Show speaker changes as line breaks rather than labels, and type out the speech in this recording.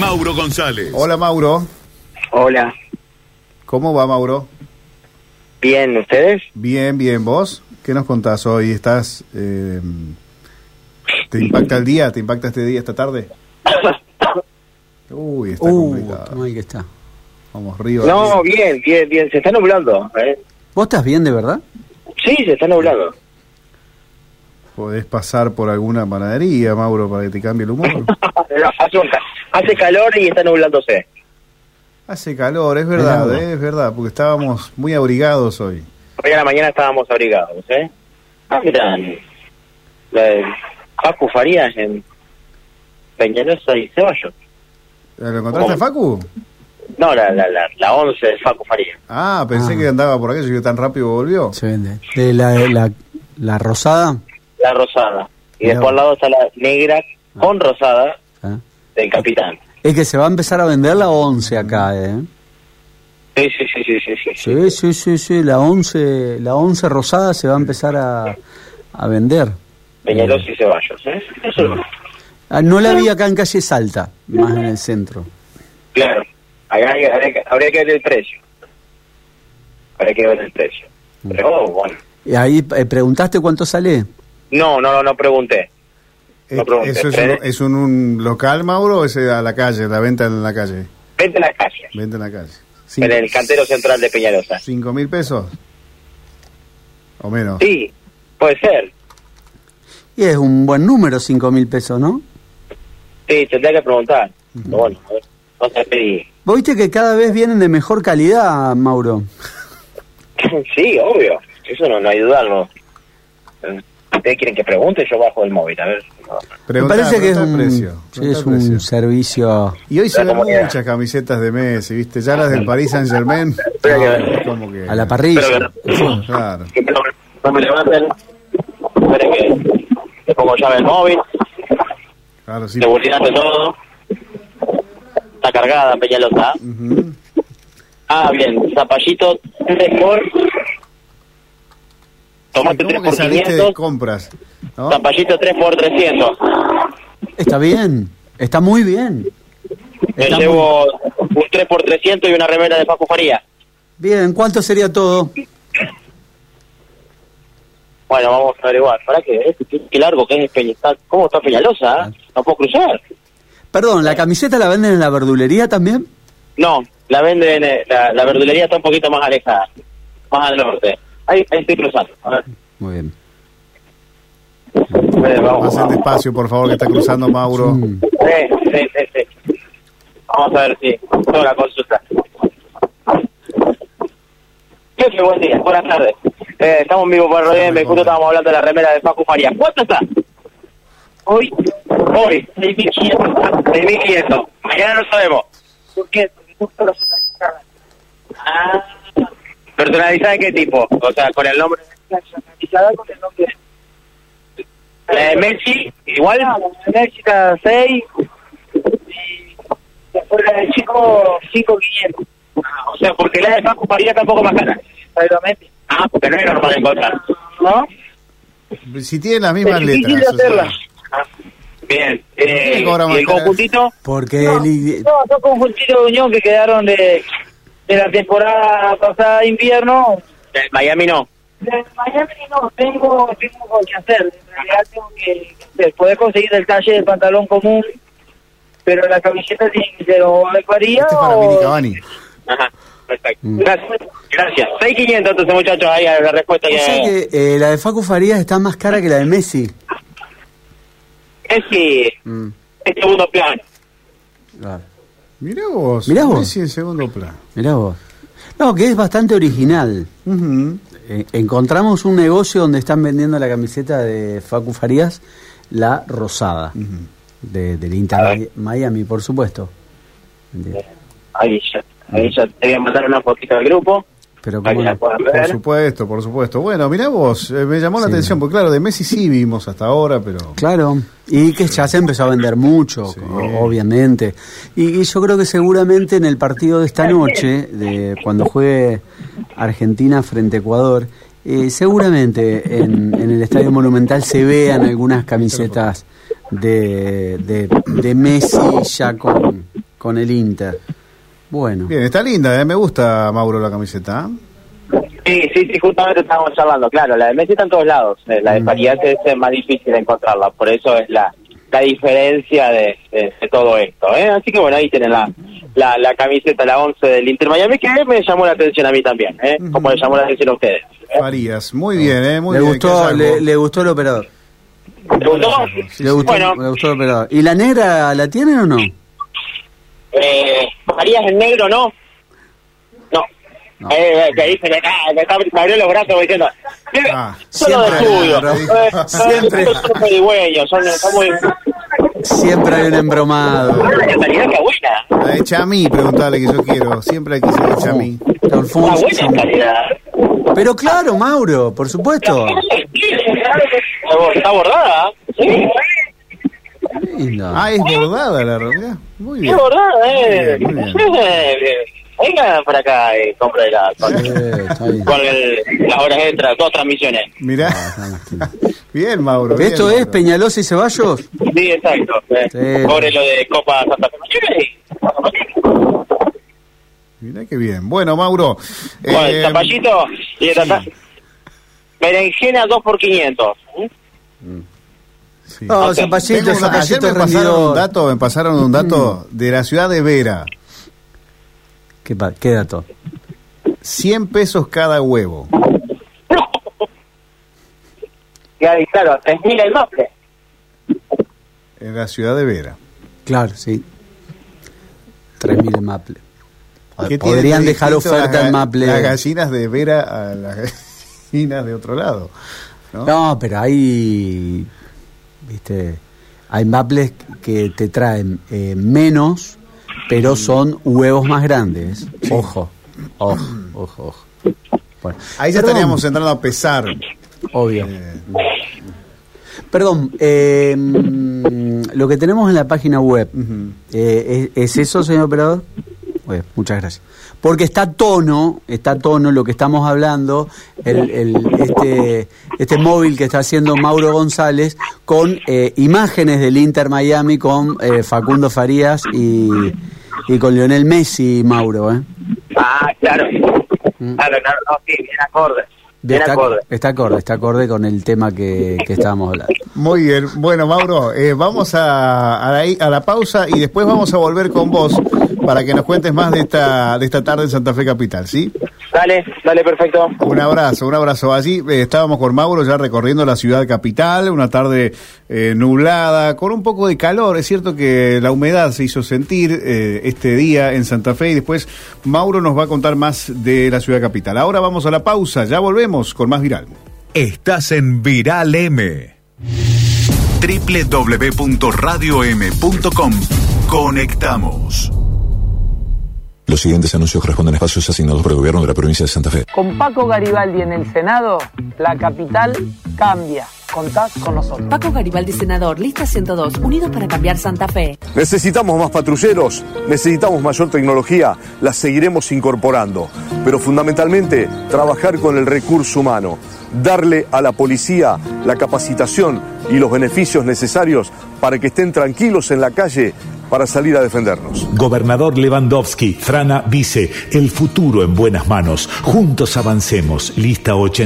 Mauro González.
Hola Mauro,
Hola,
¿cómo va Mauro?
bien, ¿ustedes?
Bien, bien, ¿vos? ¿Qué nos contás hoy? ¿Estás... eh, ¿Te impacta el día? ¿Te impacta este día, esta tarde? Uy, está
Uh, qué
complicado.
mal que está.
Vamos, arriba.
No, bien, bien, bien, se está nublando. ¿eh?
¿Vos estás bien de verdad?
Sí, se está nublando.
Podés pasar por alguna panadería, Mauro, para que te cambie el humor.
No, hace, un ca- hace calor y está nublándose.
Hace calor, es verdad,
Verano.
eh, es verdad, porque estábamos muy abrigados hoy.
Hoy a la mañana estábamos abrigados, ¿eh? Ah, mirá, la de Facu Farías en Peñalosa y Ceballos.
¿Lo encontraste a
¿Cómo?
Facu?
No, la, la, la, la 11 de Facu Farías.
Ah, pensé
Ah.
que andaba por aquello y que tan rápido volvió.
Se vende. De la, de la, la rosada.
La rosada. Y
Mirá.
después al lado está la negra con rosada
¿eh?
del capitán.
Es que se va a empezar a vender la 11 acá, ¿eh?
Sí, sí, sí, sí, sí. sí,
Sí, sí, sí, sí, la 11, la 11 rosada se va a empezar a, a vender.
Peñalosa y Ceballos, ¿eh? Eso,
Ah, No la vi acá en calle Salta, más en el centro.
claro. Habría, que- habría que- habría que ver el precio. Habría que ver el precio. Pero, oh, bueno.
Y ahí eh, preguntaste cuánto sale.
No, no, no, no pregunté.
Eh,
No preguntes,
¿Eso es,
Fede.
un, es un- un local, Mauro, o es eh, a la calle, la venta en la calle?
Vete a la calle.
Venta en la calle. Cin-
En el cantero central de Peñalosa.
¿Cinco mil pesos? ¿O menos?
Sí, puede ser.
Y es un buen número, cinco mil pesos, ¿no?
Sí, tendría que preguntar. Pero bueno, a ver, no te pedí.
Vos viste que cada vez vienen de mejor calidad, Mauro.
sí, obvio. Eso no, no hay duda, no. Eh, Ustedes quieren que pregunte, yo bajo el móvil, a ver. No.
Preguntá,
Me parece que es
preguntá
un,
el precio,
sí,
preguntá
es
el
un
precio.
servicio.
Y hoy se
Pero
ven
como que-
muchas camisetas de Messi, ¿viste? Ya las del Paris Saint Germain.
Pero que-
como que-
A la parrilla.
Pero-
Claro.
Que me lo- no me levanten. Esperen que le pongo llave al móvil.
Claro, sí.
Seguridad de todo. Está cargada, Peñalosa.
Ujú.
Ah, bien. Zapallito, 3 por... Tomate
¿Cómo
3
que
por
saliste de
500.
compras? ¿no?
Zapallito 3 por 300.
Está bien, está muy bien.
Me
Está
llevo un 3 por 300 y una remera de Paco Faría.
Bien, ¿cuánto sería todo?
Bueno, vamos a averiguar. ¿Para qué? Eh, qué- Qué largo que es Peñalosa. ¿Cómo está
Ah.
Peñalosa? eh? No puedo cruzar.
Perdón, ¿la camiseta la venden en la verdulería también?
No, la venden, eh, la, la verdulería está un poquito más alejada, más al norte. Ahí, ahí estoy cruzando. A ver,
Muy bien.
eh, vamos,
Pasen
vamos.
despacio, por favor, que está cruzando Mauro.
Mm.
Sí, sí, sí, sí. Vamos a ver si toda la consulta. Jefe, buen día, buenas tardes. Eh, estamos vivos por Rodríguez, justo estábamos hablando de la remera de Facu Faría. ¿Cuánto está? Hoy, hoy, 6.500. 6.500. Mañana no sabemos. ¿Por qué? Ah, ¿Personalizada de qué tipo? O sea, con el nombre. Personalizada con el nombre. La de Messi, igual. Messi está 6. Y después la de Chico, 5.500. Ah, O sea, porque la de Facu Faría tampoco más cara. Exactamente. Ah, porque no es normal encontrar. ¿No?
Si tienen las mismas letras. o sea,
Ah, Bien.
¿Quién
Eh,
le cobra
¿Y
más
el
cara?
conjuntito?
Porque el i-
No, son conjuntitos de unión que quedaron de, de la temporada pasada de invierno.
Del eh, Miami no.
De Miami no, tengo, tengo que hacer. En realidad tengo que hacer. Poder conseguir el talle del pantalón común, pero la camiseta tiene que ser o de Faría
Este es para Vini
o...
Cavani.
Ajá. Perfecto.
Mm.
Gracias. Gracias. 6.500 entonces, muchachos, ahí a la respuesta.
o sea
Que...
que eh, la de Facu Farías está más cara que la de Messi.
Es que este
Mm,
es segundo plano.
claro.
Mirá vos.
Mirá vos.
Messi en segundo plano.
Mirá vos. No, que es bastante original.
Ujú.
Eh, encontramos un negocio donde están vendiendo la camiseta de Facu Farías, la rosada, de, del Inter Mi- Miami, por supuesto. ¿Entendés?
Ahí ya. Ahí ya te voy a mandar una fotito al grupo.
Pero
Para
como
que la puedan
Por
ver.
supuesto, por supuesto. Bueno, mirá vos, eh, me llamó la
Sí.
atención, porque claro, de Messi sí vimos hasta ahora, pero...
Claro, y que ya se empezó a vender mucho,
Sí.
o- obviamente. Y, y yo creo que seguramente en el partido de esta noche, de cuando juegue Argentina frente a Ecuador, eh, seguramente en, en el Estadio Monumental se vean algunas camisetas de, de, de Messi ya con, con el Inter. Bueno.
Bien, está linda, ¿eh? me gusta, Mauro, la camiseta. ¿eh?
Sí, sí, sí, justamente estábamos charlando. Claro, la de Messi está en todos lados. eh, La de
Mm.
Paridad es eh, más difícil de encontrarla. Por eso es la, la diferencia de, de- de todo esto. ¿eh? Así que bueno, ahí tienen la, la, la camiseta, la 11 del Inter Miami, que me llamó la atención a mí también. ¿eh?
Ujú.
Como le llamó la atención a ustedes. ¿eh?
Farías, muy bien, ¿eh? muy
le,
bien.
gustó,
qué
le,
saco.
le gustó el operador.
¿Te gustó?
Sí,
le, gustó,
Bueno,
le gustó el operador. ¿Y la negra la tienen o no?
eh, Marías en negro, ¿no? No.
No.
Eh, eh, que dice que ah, que está- me abrió los brazos diciendo "Eh,
Ah,
son los de
siempre,
estudio
claro.
eh, son-
Siempre.
son los pedigüeños, son, son muy
Siempre hay un embromado.
la calidad que buena
La de Chamí, preguntale que yo quiero. Siempre hay que
Oh.
ser de Chamí.
Una
Alfonso.
buena calidad.
Pero claro, Mauro, por supuesto.
Está bordada. Sí.
Qué lindo.
Ah, es bordada la realidad. Muy
Está
bien.
bordada, eh.
Muy bien,
Eh, Venga para acá y compre la, con,
Sí, Eh, está bien.
con el- las horas extras, dos transmisiones.
Mirá.
Ah,
Bien, Mauro. bien,
¿Esto es
Mauro.
Peñalosa y Ceballos?
Sí, exacto. eh.
Sí.
Cobre lo de Copa Santa Fe. Sí,
Mirá qué bien. Bueno, Mauro.
Bueno, el
eh,
zapallito y el tata- Berenjena 2 por 500. ¿eh?
sí.
No,
Ok.
Tengo
Ah, Zapallito,
una- ayer
Zapallito
me pasaron un
rendidor.
dato, me pasaron un dato
Mm.
de la ciudad de Vera.
¿Qué, pa- qué dato?
100 pesos cada huevo.
Y ahí, claro, 3.000 el doble.
En la ciudad de Vera.
Claro, sí. 3.000 en Maple. Pod-
¿Qué tiene
Podrían
de
dejar
distinto las
oferta
ga-
en Maple.
Las gallinas de Vera a las gallinas de otro lado. ¿no?
No, pero hay. Viste. Hay maples que te traen eh, menos, pero son huevos más grandes. Ojo, ojo, ojo, ojo. Bueno,
Ahí ya
perdón,
estaríamos entrando a pesar.
Obvio.
Eh,
Perdón, eh, mm, lo que tenemos en la página web,
Ujú.
eh, ¿es, es eso, señor operador? Bueno, muchas gracias. Porque está a tono, está a tono lo que estamos hablando, el, el- este, este móvil que está haciendo Mauro González con eh, imágenes del Inter Miami con eh, Facundo Farías y, y con Lionel Messi, Mauro. ¿eh?
Ah, claro.
Mm.
Claro, claro, no, sí, bien acorde. Bien
Está,
acorde.
está acorde, está acorde con el tema que, que estábamos hablando.
Muy bien. Bueno, Mauro, eh, vamos a, a, la, a la pausa y después vamos a volver con vos para que nos cuentes más de esta, de esta tarde en Santa Fe Capital, ¿sí?
Dale, dale, perfecto.
Un abrazo, un abrazo. Allí eh, estábamos con Mauro ya recorriendo la ciudad capital, una tarde eh, nublada, con un poco de calor. Es cierto que la humedad se hizo sentir eh, este día en Santa Fe y después Mauro nos va a contar más de la ciudad capital. Ahora vamos a la pausa, ya volvemos con más viral.
Estás en Viral M. www.radiom.com Conectamos.
Los siguientes anuncios responden a espacios asignados por el gobierno de la provincia de Santa Fe.
Con Paco Garibaldi en el Senado, la capital cambia. Contás con nosotros.
Paco Garibaldi, senador, lista 102, Unidos para cambiar Santa Fe.
Necesitamos más patrulleros, necesitamos mayor tecnología, la seguiremos incorporando, pero fundamentalmente trabajar con el recurso humano, darle a la policía la capacitación y los beneficios necesarios para que estén tranquilos en la calle para salir a defendernos.
Gobernador Lewandowski, Frana Vice, el futuro en buenas manos. Juntos avancemos. Lista 80.